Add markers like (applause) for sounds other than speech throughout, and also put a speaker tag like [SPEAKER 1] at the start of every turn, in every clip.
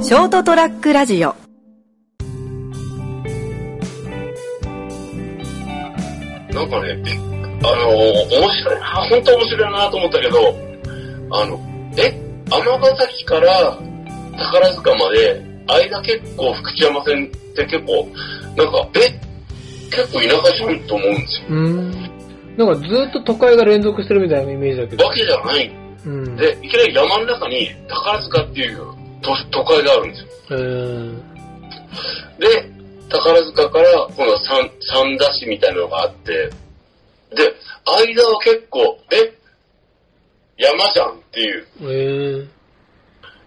[SPEAKER 1] ショートトラックラジオ
[SPEAKER 2] なんかね、びっあのー、面白い、あ本当面白いなと思ったけど、あの、え、尼崎から宝塚まで、間結構福知山線って結構、なんか、え、結構田舎じゃんと思うんです
[SPEAKER 3] うーん。なんかずっと都会が連続してるみたいなイメージだけ
[SPEAKER 2] よ。
[SPEAKER 3] ど
[SPEAKER 2] わ。けじゃない。
[SPEAKER 3] うん。
[SPEAKER 2] で、いきなり山の中に宝塚っていう都都会があるんですよ。
[SPEAKER 3] えー、
[SPEAKER 2] で、宝塚から、この三、三田市みたいなのがあって、で、間は結構、え、山じゃんっていう、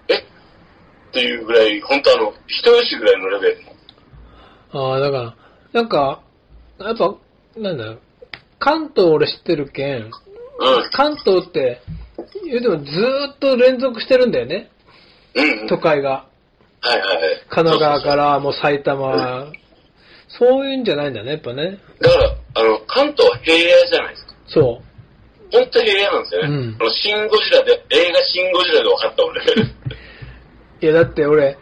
[SPEAKER 3] えー、
[SPEAKER 2] っていうぐらい、本当あの、人吉ぐらいのレベルの。
[SPEAKER 3] ああ、だから、なんか、やっぱ、なんだろう、関東俺知ってるけん、関東って、言うてもずーっと連続してるんだよね、
[SPEAKER 2] うん。うん。
[SPEAKER 3] 都会が。
[SPEAKER 2] はいはいはい。。
[SPEAKER 3] 神奈川からら、もう埼玉、そういうんじゃないんだね、やっぱね。
[SPEAKER 2] だから、あの、関東は平野じゃないですか。
[SPEAKER 3] そ
[SPEAKER 2] 本当に平野なんですよね。
[SPEAKER 3] うん
[SPEAKER 2] あの、シン・ゴジラで、映画シン・ゴジラで分かった
[SPEAKER 3] (laughs)
[SPEAKER 2] 俺。
[SPEAKER 3] う。いや、だって俺、も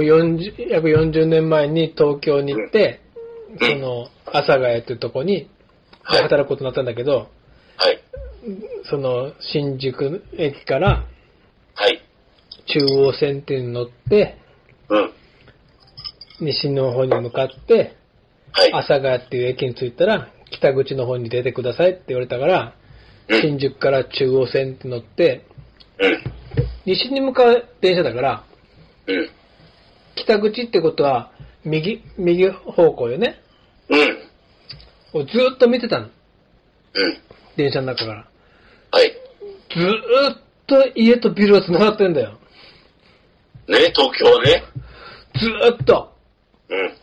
[SPEAKER 3] う40、約40年前に東京に行って、
[SPEAKER 2] うん
[SPEAKER 3] その、阿佐ヶ谷っていうとこに、
[SPEAKER 2] はい
[SPEAKER 3] 働くことになったんだけど、
[SPEAKER 2] はい。
[SPEAKER 3] その、新宿駅から
[SPEAKER 2] はい。
[SPEAKER 3] 中央線っていうのに乗って、
[SPEAKER 2] うん。
[SPEAKER 3] 西の方に向かって、
[SPEAKER 2] はい。
[SPEAKER 3] 阿佐ヶ谷っていう駅に着いたら、北口の方に出てくださいって言われたから、
[SPEAKER 2] うん。
[SPEAKER 3] 新宿から中央線って乗って、
[SPEAKER 2] うん。
[SPEAKER 3] 西に向かう電車だから、
[SPEAKER 2] うん。
[SPEAKER 3] 北口ってことは、右、右方向よね。
[SPEAKER 2] うん。
[SPEAKER 3] をずーっと見てたの。
[SPEAKER 2] うん。
[SPEAKER 3] 電車の中から。
[SPEAKER 2] はい。
[SPEAKER 3] ずーっと家とビルが繋がってんだよ。
[SPEAKER 2] ね、東京はね。
[SPEAKER 3] ずーっと。
[SPEAKER 2] うん。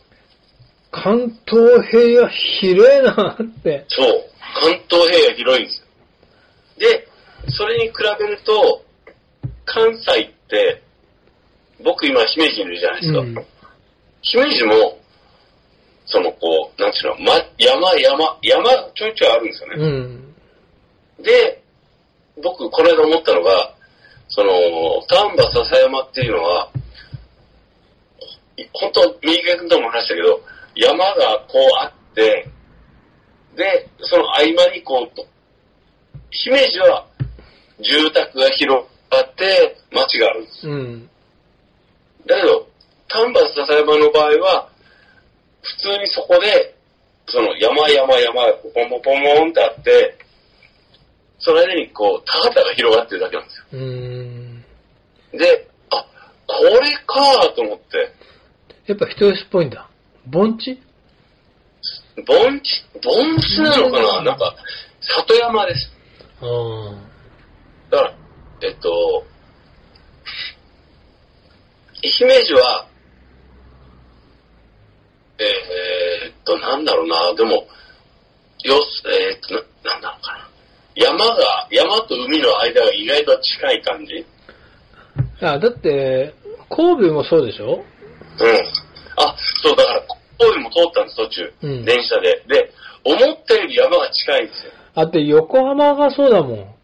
[SPEAKER 3] 関東平野、ひれえなって。
[SPEAKER 2] そう。関東平野広いんですよ。で、それに比べると、関西って、僕今姫路にいるじゃないですか。
[SPEAKER 3] うん。
[SPEAKER 2] 姫路も、そのこう、なんちゅうの、ま、山、山、山ちょいちょいあるんですよね。
[SPEAKER 3] うん。
[SPEAKER 2] で、僕、この間思ったのが、その、丹波篠山っていうのは、い本当、右側君とも話したけど、山がこうあって、で、その合間にこう、と姫路は住宅が広がって、街があるんです。
[SPEAKER 3] うん。
[SPEAKER 2] だけど、丹波篠山の場合は、普通にそこで、その山山山がポンポンポンポンってあって、その間にこう、田畑が広がってるだけなんです
[SPEAKER 3] うーん。
[SPEAKER 2] よ。で、あ、これかと思って、
[SPEAKER 3] やっぱ人吉っぽいんだ。盆地
[SPEAKER 2] 盆地、盆地なのかななんか、里山です。
[SPEAKER 3] うん。
[SPEAKER 2] だから、えっと、姫路は、えーえーっと、なんだろうな、でも、よす、えーっと、ななんだろうかな。山が、山と海の間が意外と近い感じ
[SPEAKER 3] あ、だって、神戸もそうでしょ
[SPEAKER 2] うん。あ、そう、だから、神戸も通ったんです、途中。
[SPEAKER 3] うん
[SPEAKER 2] 電車で。で、思ったより山が近いんですよ。
[SPEAKER 3] あって横浜がそうだもん。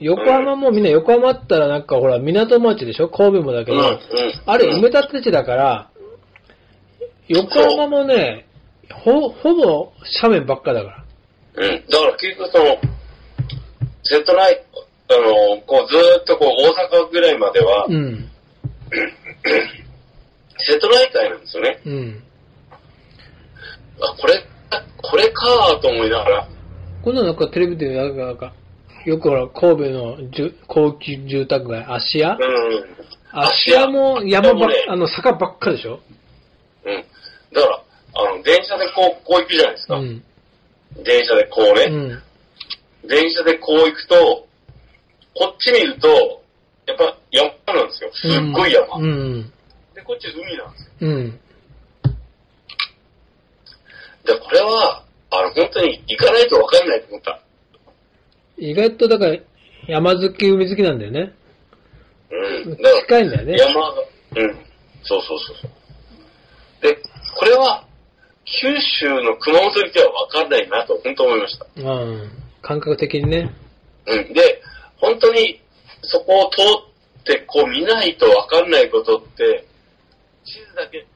[SPEAKER 3] 横浜もみんな横浜ったらなんかほら港町でしょ神戸もだけ
[SPEAKER 2] うん、
[SPEAKER 3] ど、
[SPEAKER 2] うん。
[SPEAKER 3] あれ埋め
[SPEAKER 2] うん
[SPEAKER 3] 立て地だから、横浜もね、ほ、ほぼ斜面ばっかだから。
[SPEAKER 2] うん。だから結局その、瀬戸内、あの、こうずーっとこう大阪ぐらいまでは、
[SPEAKER 3] うん。
[SPEAKER 2] 瀬戸内海なんですよね。
[SPEAKER 3] うん。
[SPEAKER 2] あ、これ、これかーと思いながら、
[SPEAKER 3] こんなのなんかテレビでなんか、なんか、よくほら、神戸のじゅ高級住宅街、芦
[SPEAKER 2] う
[SPEAKER 3] 屋
[SPEAKER 2] ん。
[SPEAKER 3] 芦屋も山ばっ
[SPEAKER 2] 芦屋、も
[SPEAKER 3] あ
[SPEAKER 2] ね
[SPEAKER 3] の、坂ばっかでしょ
[SPEAKER 2] うん。だから、あの、電車でこう、こう行くじゃないです
[SPEAKER 3] う
[SPEAKER 2] か。
[SPEAKER 3] ん。
[SPEAKER 2] 電車でこうね、
[SPEAKER 3] うん。
[SPEAKER 2] 電車でこう行くと、こっち見ると、やっぱ山なんですよ。すっごい山。
[SPEAKER 3] うん。
[SPEAKER 2] で、こっち海なんですよ。
[SPEAKER 3] うん。
[SPEAKER 2] で、これは、あの、本当に行かないと分かんないと思った。
[SPEAKER 3] 意外とだから、山好き、海好きなんだよね。
[SPEAKER 2] うん。だから、
[SPEAKER 3] 近いんだよね。
[SPEAKER 2] 山が、うん。そうそうそうそう。で、これは、九州の熊本にでは分かんないなと、本当思いました。
[SPEAKER 3] うん。感覚的にね。
[SPEAKER 2] うん。で、本当に、そこを通って、ってこう見ないとわかんないことって、地図だけ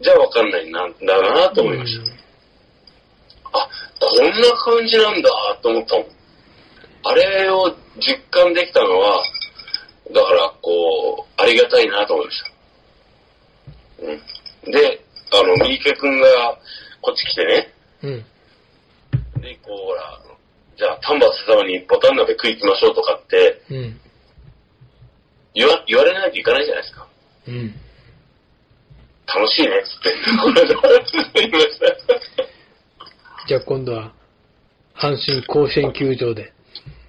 [SPEAKER 2] じゃわかんないなんだなと思いました。あ、こんな感じなんだと思ったもん。あれを実感できたのは、だからこう、ありがたいなと思いました。うん。で、あの、三池くんがこっち来てね、
[SPEAKER 3] うん。うん。
[SPEAKER 2] で、こう、ほら、じゃあ、丹波笹山にボタン鍋食い行きましょうとかって
[SPEAKER 3] うん。
[SPEAKER 2] 言わ、言われないといかないじゃないですか。
[SPEAKER 3] うん。
[SPEAKER 2] 楽しいねっつって、 (laughs) これから言いました。
[SPEAKER 3] じゃあ今度は、阪神甲子園球場で。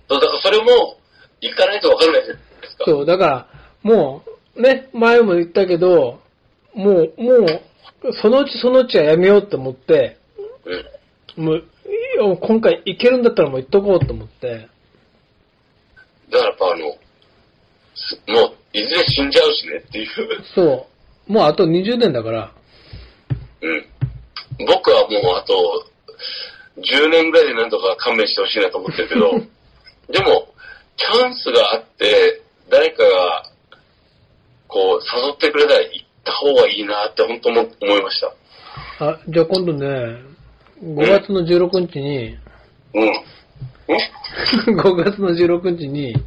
[SPEAKER 2] そう、だからそれも、行かないと分からないじゃないですか。
[SPEAKER 3] そう、だから、もう、ね、前も言ったけど、もう、もう、そのうちそのうちはやめようと思って、
[SPEAKER 2] うん。
[SPEAKER 3] もう、いいよ今回行けるんだったらもう行っとこうと思って、
[SPEAKER 2] だからやっぱあの、すもう、いずれ死んじゃうしねっていう。 (laughs)
[SPEAKER 3] そう、もうあと20年だから、
[SPEAKER 2] うん。僕はもうあと、10年ぐらいでなんとか勘弁してほしいなと思ってるけど、でも、チャンスがあって、誰かが、こう、誘ってくれたら行った方がいいなって本当も思いました。
[SPEAKER 3] あ、じゃあ今度ね、5月の16日に、 (laughs)
[SPEAKER 2] うん。うん
[SPEAKER 3] 5月の16日に、
[SPEAKER 2] うん。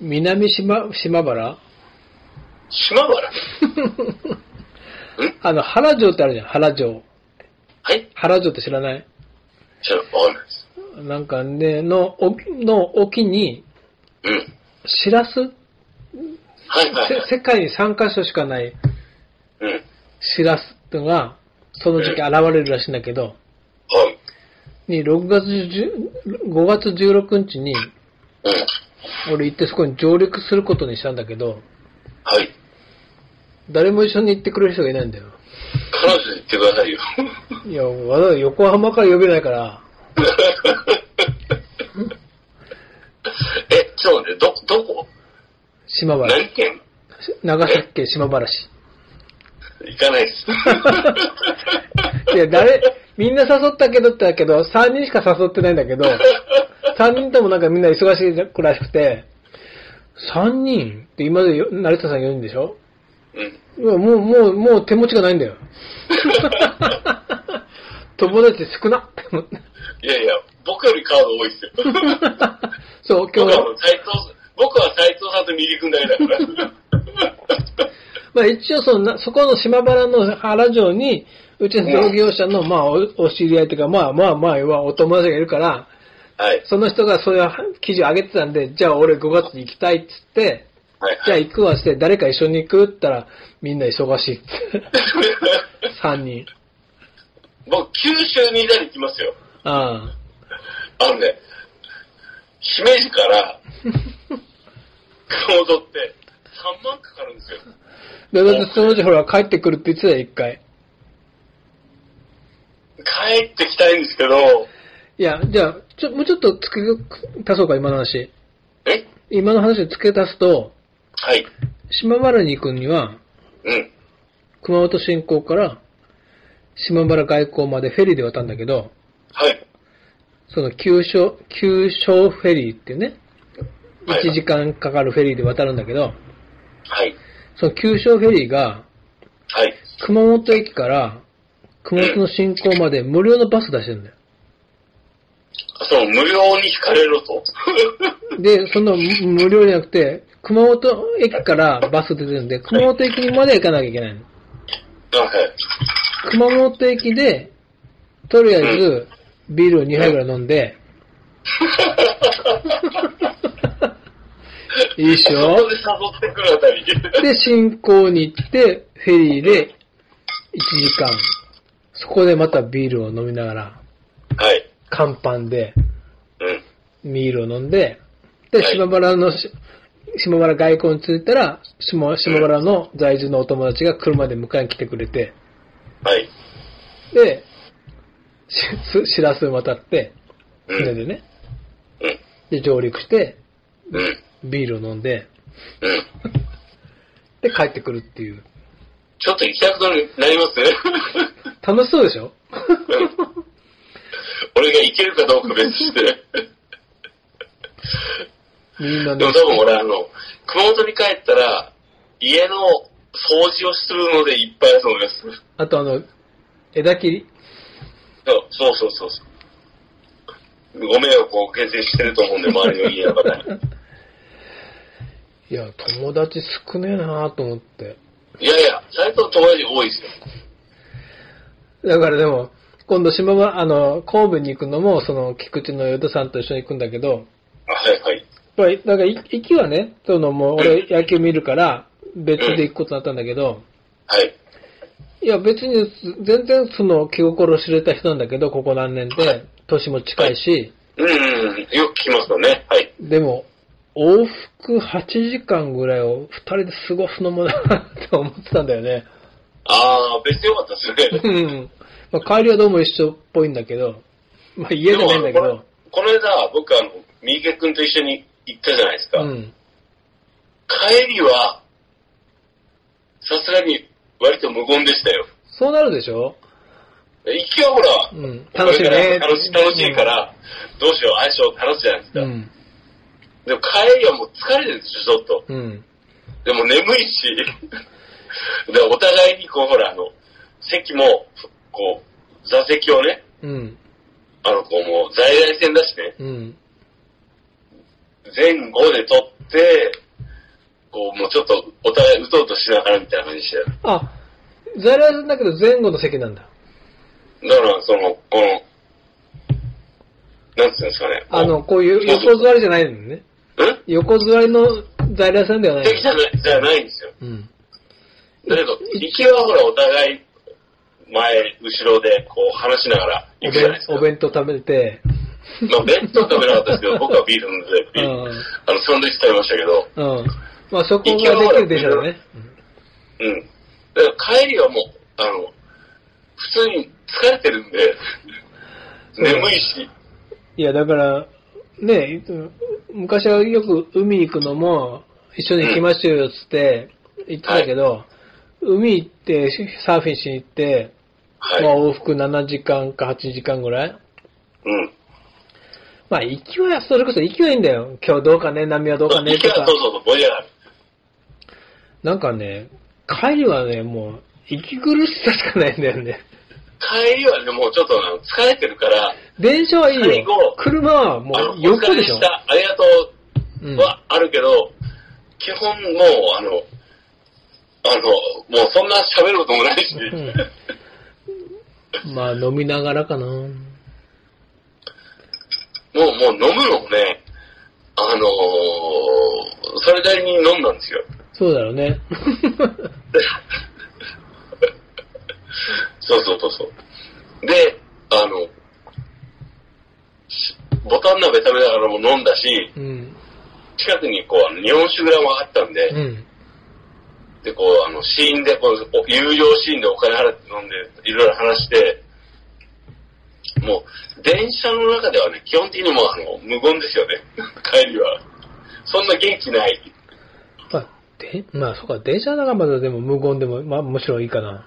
[SPEAKER 3] 南島、島原 (laughs)
[SPEAKER 2] 島原
[SPEAKER 3] あの、原城ってあるじゃん、原城。
[SPEAKER 2] はい
[SPEAKER 3] 原城って知らない
[SPEAKER 2] ちょっとわかんないです。
[SPEAKER 3] なんかね、の、沖、の沖に、
[SPEAKER 2] うん。
[SPEAKER 3] シラス
[SPEAKER 2] はいはいはい。
[SPEAKER 3] せ世界に3カ所しかない
[SPEAKER 2] うん。はい。
[SPEAKER 3] シラスってのが、その時期現れるらしいんだけど、に、6月10、5月16日に、
[SPEAKER 2] うん。
[SPEAKER 3] 俺行ってそこに上陸することにしたんだけど、
[SPEAKER 2] はい。
[SPEAKER 3] 誰も一緒に行ってくれる人がいないんだよ。
[SPEAKER 2] 彼女に言ってくださいよ。 (laughs)
[SPEAKER 3] いや、わざわざ横浜から呼べないから、
[SPEAKER 2] え、ちょっと待って、ど、どこ
[SPEAKER 3] 島原。
[SPEAKER 2] 何県
[SPEAKER 3] 長崎県島原市。
[SPEAKER 2] 行かないです。
[SPEAKER 3] (laughs) いや、誰、みんな誘ったけどってだけど、3人しか誘ってないんだけど、3人ともなんかみんな忙しいくらしくて、3人って今までよ成田さん4人でしょ
[SPEAKER 2] うん。
[SPEAKER 3] いやもう、もう、もう手持ちがないんだよ。友達少なって思って。
[SPEAKER 2] いやいや、僕よりカード多いですよ。
[SPEAKER 3] そう、 (laughs) 今
[SPEAKER 2] 僕
[SPEAKER 3] 日
[SPEAKER 2] はもう斉藤さん、僕は斉藤さんと右君だけだから。
[SPEAKER 3] (laughs) まあ一応そのな、そこの島原の原城に、うちの同業者の、まあお、お知り合いというか、まあまあまあ、要はお友達がいるから、
[SPEAKER 2] はい。
[SPEAKER 3] その人がそういう記事を上げてたんで、じゃあ俺5月に行きたいっつって、
[SPEAKER 2] はい。
[SPEAKER 3] じゃ
[SPEAKER 2] は
[SPEAKER 3] あ
[SPEAKER 2] い。
[SPEAKER 3] 行くわして、誰か一緒に行くって言ったら、みんな忙しいって。3人。
[SPEAKER 2] (laughs) 僕、九州にいたり来ますよ。
[SPEAKER 3] あ
[SPEAKER 2] あのね、姫路から、熊本って3万かかるんですよ。
[SPEAKER 3] あ。で、だってそのうちほら帰ってくるって言ってたよ、一回。
[SPEAKER 2] 帰ってきたいんですけど、
[SPEAKER 3] いや、じゃあ、ちょ、もうちょっと付け足そうか、今の話。
[SPEAKER 2] え
[SPEAKER 3] 今の話を付け足すと、
[SPEAKER 2] はい。
[SPEAKER 3] 島原に行くには、
[SPEAKER 2] うん。
[SPEAKER 3] 熊本新港から島原外港までフェリーで渡るんだけど、
[SPEAKER 2] はい。
[SPEAKER 3] その急所、急所フェリーってね、
[SPEAKER 2] はい
[SPEAKER 3] 1時間かかるフェリーで渡るんだけど、
[SPEAKER 2] はい。
[SPEAKER 3] その急所フェリーが
[SPEAKER 2] はい。
[SPEAKER 3] 熊本駅から熊本の新港まで無料のバス出してるんだよ。
[SPEAKER 2] その無料に引かれろと。
[SPEAKER 3] で、その無無料じゃなくて、熊本駅からバス出てるんで、熊本駅にまで行かなきゃいけないの。
[SPEAKER 2] はい。
[SPEAKER 3] 熊本駅で、とりあえず、ビールを2杯ぐらい飲んで、いいっし
[SPEAKER 2] そこ
[SPEAKER 3] ょ
[SPEAKER 2] で誘ってくるあたり。
[SPEAKER 3] で、新港に行って、フェリーで1時間。そこでまたビールを飲みながら、
[SPEAKER 2] はい。
[SPEAKER 3] 乾パンで、
[SPEAKER 2] うん。
[SPEAKER 3] ビールを飲んで、で、
[SPEAKER 2] はい
[SPEAKER 3] 島原のし、島原外交に着いたら、島島原の在住のお友達が車で迎えに来てくれて、
[SPEAKER 2] はい。
[SPEAKER 3] で、しすし (laughs) らす渡って、
[SPEAKER 2] う
[SPEAKER 3] 船
[SPEAKER 2] ん。
[SPEAKER 3] でね、
[SPEAKER 2] うん。
[SPEAKER 3] で、上陸して、
[SPEAKER 2] うん。
[SPEAKER 3] ビールを飲んで、
[SPEAKER 2] うん。
[SPEAKER 3] で、帰ってくるっていう。
[SPEAKER 2] ちょっと行きたくなりますね。
[SPEAKER 3] 楽しそうで
[SPEAKER 2] (laughs)
[SPEAKER 3] しょ
[SPEAKER 2] 俺が行けるかどうか別にして。
[SPEAKER 3] みんな
[SPEAKER 2] で
[SPEAKER 3] ね
[SPEAKER 2] も。多分俺、あの、熊本に帰ったら、家の掃除をするのでいっぱい遊びます。
[SPEAKER 3] あとあの、枝切り
[SPEAKER 2] そうそうそうそう。ご迷惑をおかけしてると思うんで、周りの家の方に。
[SPEAKER 3] (laughs) いや、友達少ねえなと思って。
[SPEAKER 2] いやいや、最藤の友達多いですよ。
[SPEAKER 3] だからでも、今度島村、あの、神戸に行くのも、その、菊池の与田さんと一緒に行くんだけど、
[SPEAKER 2] あはいはい。
[SPEAKER 3] まあ、なんかい、行きはね、そのもう俺野球見るから、別で行くことになったんだけど、
[SPEAKER 2] はい。
[SPEAKER 3] いや別に全然その気心知れた人なんだけど、ここ何年で、年も近いし、
[SPEAKER 2] うんうんうん、よく聞きますよね。はい。
[SPEAKER 3] でも、往復8時間ぐらいを2人で過ごすのもなって思ってたんだよね。 (laughs)
[SPEAKER 2] ああ、別によかったですね。
[SPEAKER 3] うん。まあ、帰りはどうも一緒っぽいんだけど、まあ (laughs) 家
[SPEAKER 2] で
[SPEAKER 3] じゃ
[SPEAKER 2] も
[SPEAKER 3] ないんだけ
[SPEAKER 2] あの
[SPEAKER 3] ど、
[SPEAKER 2] このこの間、僕、あの、三池君と一緒に行ったじゃないですか。
[SPEAKER 3] うん。
[SPEAKER 2] 帰りは、さすがに割と無言でしたよ。
[SPEAKER 3] そうなるでしょ
[SPEAKER 2] 行きはほら、
[SPEAKER 3] うん。楽しい
[SPEAKER 2] これ
[SPEAKER 3] ね。
[SPEAKER 2] から楽しい楽しいから、どうしよう、相性楽しいじゃないですか。
[SPEAKER 3] うん。
[SPEAKER 2] でも帰りはもう疲れてるんですよ、ちょっと。
[SPEAKER 3] うん。
[SPEAKER 2] でも眠いし、 (laughs) でお互いにこう、ほら、あの、席も、こう、座席をね、
[SPEAKER 3] うん。
[SPEAKER 2] あの、こう、もう在来線だしね、
[SPEAKER 3] うん。
[SPEAKER 2] 前後で取って、こう、もうちょっと、お互いうとうとしながらみたいな感じでしたよ。
[SPEAKER 3] あ、在来線だけど前後の席なんだ。
[SPEAKER 2] だから、その、この、なんていうんですかね。こう
[SPEAKER 3] あの、こういう横座りじゃないのね。
[SPEAKER 2] ん
[SPEAKER 3] 横座りの在来線ではない
[SPEAKER 2] 敵じゃない、じゃないんですよ。
[SPEAKER 3] うん。
[SPEAKER 2] だけど、行きはほら、お互い、前、後ろで、こう、話しながら
[SPEAKER 3] お
[SPEAKER 2] 行くじゃない
[SPEAKER 3] 弁
[SPEAKER 2] ですか。
[SPEAKER 3] お弁当食べて、
[SPEAKER 2] まあ、弁当食べなかったですけ
[SPEAKER 3] (laughs)
[SPEAKER 2] ど、僕はビール飲んで、ビール
[SPEAKER 3] うん
[SPEAKER 2] あの、サンドイッチ食べましたけど、
[SPEAKER 3] うん。まあそこができる電車だね。
[SPEAKER 2] うん。だから帰りはもう、あの、普通に疲れてるんで、
[SPEAKER 3] そう
[SPEAKER 2] 眠いし、
[SPEAKER 3] いや、だから、ねいつ昔はよく海行くのも、一緒に行きましょうよっつって言ってたけど、海行ってサーフィンしに行って、
[SPEAKER 2] はい。
[SPEAKER 3] まあ往復7時間か8時間ぐらい
[SPEAKER 2] うん。
[SPEAKER 3] まあ行きは、それこそ行きはいいんだよ。今日どうかね、波はどうかね
[SPEAKER 2] 行き
[SPEAKER 3] と
[SPEAKER 2] は
[SPEAKER 3] か
[SPEAKER 2] そう。そうそう、盛り上がる。
[SPEAKER 3] なんかね、帰りはね、もう、息苦しさしかないんだよね。
[SPEAKER 2] 帰りはね、もうちょっとあの疲れてるから、
[SPEAKER 3] 電車はいい
[SPEAKER 2] 最後
[SPEAKER 3] よ。車はも
[SPEAKER 2] あの
[SPEAKER 3] う横
[SPEAKER 2] お疲れ
[SPEAKER 3] でしょ
[SPEAKER 2] し。た、ありがとう。
[SPEAKER 3] うん。
[SPEAKER 2] はあるけど、基本もう、あの、あの、もうそんな喋ることもないし、
[SPEAKER 3] うんまあ飲みながらかな。
[SPEAKER 2] もう、もう飲むのもね、あのーそれなりに飲んだんですよ。
[SPEAKER 3] そうだろう (laughs) ね。
[SPEAKER 2] そうそうそうそう。で、あの、しボタン鍋食べながらも飲んだし、
[SPEAKER 3] うん。
[SPEAKER 2] 近くにこう、あの日本酒蔵もあったんで、
[SPEAKER 3] うん。
[SPEAKER 2] で、こう、あの、シーンで、こう、お有料シーンでお金払って飲んで、いろいろ話して、もう、電車の中ではね、基本的にもう、あの、無言ですよね。 (laughs) 帰りは。そんな元気ない。
[SPEAKER 3] まあ、で、まあそうか、電車だからまだでも無言でも、まあむしろいいかな。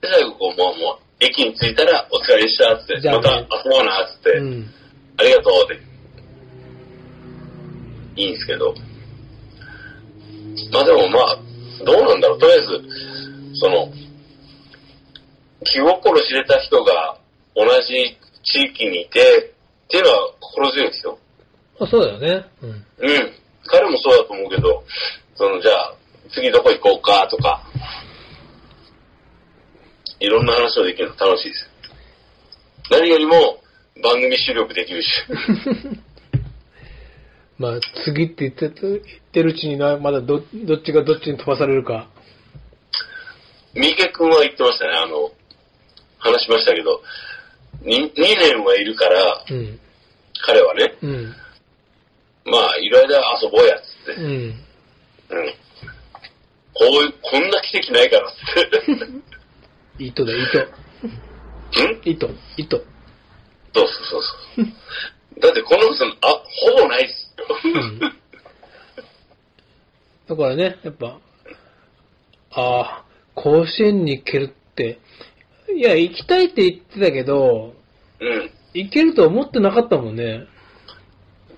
[SPEAKER 2] で、最後、こう、もう、もう、駅に着いたら、お疲れでした、つって、
[SPEAKER 3] じゃあ
[SPEAKER 2] ま
[SPEAKER 3] ね
[SPEAKER 2] た遊ぼうな、つって、
[SPEAKER 3] うん。
[SPEAKER 2] ありがとう、って。いいんですけど。まあでも、まあ、どうなんだろう。とりあえず、その、気心知れた人が同じ地域にいて、っていうのは心強いですよ。
[SPEAKER 3] まあそうだよね。うん。
[SPEAKER 2] うん。彼もそうだと思うけど、その、じゃあ、次どこ行こうかとか、いろんな話をできるの楽しいです。何よりも、番組収録できるし。
[SPEAKER 3] まあ次って言ってた言ってるうちにな、まだど、どっちがどっちに飛ばされるか。
[SPEAKER 2] 三池くんは言ってましたね、あの、話しましたけど、2, 年はいるから、
[SPEAKER 3] うん。
[SPEAKER 2] 彼はね、
[SPEAKER 3] うん。
[SPEAKER 2] まあ、いろいろ遊ぼうや、つって。
[SPEAKER 3] うん。
[SPEAKER 2] うん。こういう、こんな奇跡ないから、つ (laughs) って。うん
[SPEAKER 3] 糸だよ、糸。糸、糸。
[SPEAKER 2] そうそうそうそう。だって、このその、あ、ほぼないっすよ。
[SPEAKER 3] うんだからね、やっぱ、ああ、甲子園に行けるって、いや、行きたいって言ってたけど、
[SPEAKER 2] うん。
[SPEAKER 3] 行けるとは思ってなかったもんね。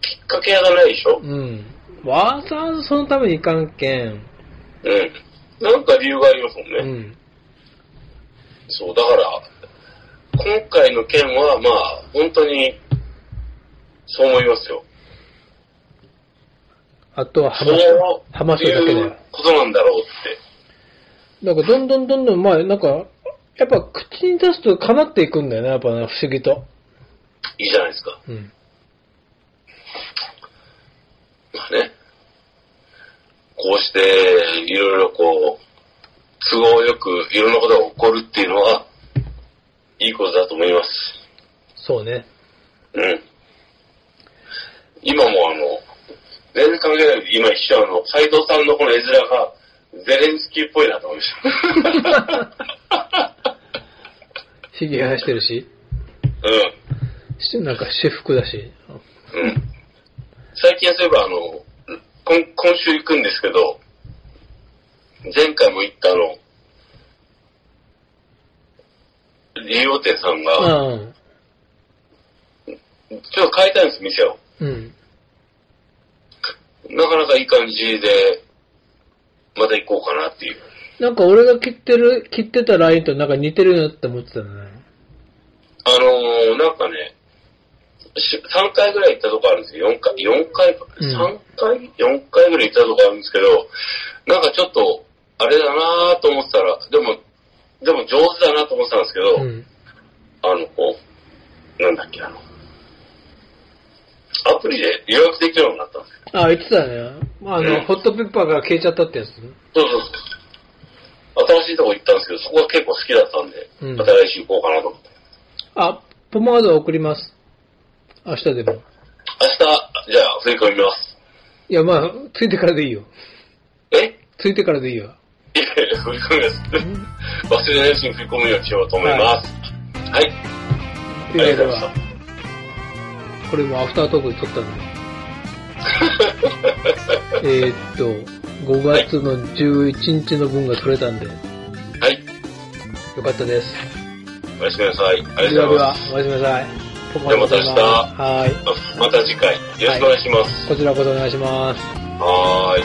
[SPEAKER 2] きかけやがないでしょ
[SPEAKER 3] うん。わざわざそのために行かんけん。
[SPEAKER 2] うん。なんか理由がありますもんね。
[SPEAKER 3] うん。
[SPEAKER 2] そう、だから、今回の件は、まあ、本当に、そう思いますよ。
[SPEAKER 3] あとは
[SPEAKER 2] そ
[SPEAKER 3] 浜
[SPEAKER 2] う
[SPEAKER 3] 松浜松
[SPEAKER 2] い
[SPEAKER 3] だけだ
[SPEAKER 2] う
[SPEAKER 3] よ。
[SPEAKER 2] ことなんだろうって。
[SPEAKER 3] なんかどんどんどんどん、まあ、なんか、やっぱ口に出すと叶っていくんだよね、やっぱね、不思議と。
[SPEAKER 2] いいじゃないですか。
[SPEAKER 3] うん。
[SPEAKER 2] まあね。こうして、いろいろこう、都合よくいろんなことが起こるっていうのは、いいことだと思います。
[SPEAKER 3] そうね。
[SPEAKER 2] うん。今もあの、全然関係ないけど、今一緒あの、斎藤さんのこの絵面が、ゼレンスキーっぽいなと思いました。
[SPEAKER 3] ひげ生やしてるし、
[SPEAKER 2] うん。
[SPEAKER 3] しなんか私服だし。
[SPEAKER 2] うん最近そういえばあの、今今週行くんですけど、前回も行ったあの、理容店さん
[SPEAKER 3] う
[SPEAKER 2] が、
[SPEAKER 3] ん。
[SPEAKER 2] ちょっと変えたんです、店を。
[SPEAKER 3] うん。
[SPEAKER 2] なかなかいい感じで、また行こうかなっていう。
[SPEAKER 3] なんか俺が切ってる、切ってたラインとなんか似てるなって思ってたね。
[SPEAKER 2] あのー、なんかね、3回ぐらい行ったとこあるんですよ。4回、四回、
[SPEAKER 3] うん
[SPEAKER 2] 3回 ?4 回ぐらい行ったとこあるんですけど、なんかちょっと、あれだなーと思ってたら、でも、でも上手だなと思ってたんですけど、
[SPEAKER 3] うん。
[SPEAKER 2] あの、こう、なんだっけ、あの、アプリで予約できるようになったんですよ。
[SPEAKER 3] あ、言ってたね。あの、
[SPEAKER 2] うん
[SPEAKER 3] ホットペッパーが消えちゃったってやつ。
[SPEAKER 2] そうそうそう。新しいとこ行ったんですけど、そこが結構好きだったんで、
[SPEAKER 3] うん
[SPEAKER 2] また来週行こうかなと思って。
[SPEAKER 3] あ、ポマードは送ります。明日でも。
[SPEAKER 2] 明日、じゃあ、振り込みます。
[SPEAKER 3] いや、まあ、ついてからでいいよ。
[SPEAKER 2] え
[SPEAKER 3] ついてからでいいよ。
[SPEAKER 2] (laughs) いやいや振り込みます。忘れないうちに振り込むようにしようと思います。はい。
[SPEAKER 3] というわけで
[SPEAKER 2] ありがとうござい
[SPEAKER 3] は、これもアフタートークで撮ったん (laughs) で。えーっと、5月の11日の分が取れたんで、よ
[SPEAKER 2] はい。
[SPEAKER 3] かったです。
[SPEAKER 2] おやすみなさい。あ
[SPEAKER 3] それ
[SPEAKER 2] り
[SPEAKER 3] で
[SPEAKER 2] がとうござい
[SPEAKER 3] は
[SPEAKER 2] ます。、
[SPEAKER 3] おやすみなさい。ポマ
[SPEAKER 2] じゃあまた明日
[SPEAKER 3] はー
[SPEAKER 2] また次回、よろしくお願いします。
[SPEAKER 3] い。こちらこそお願いします。
[SPEAKER 2] はーい。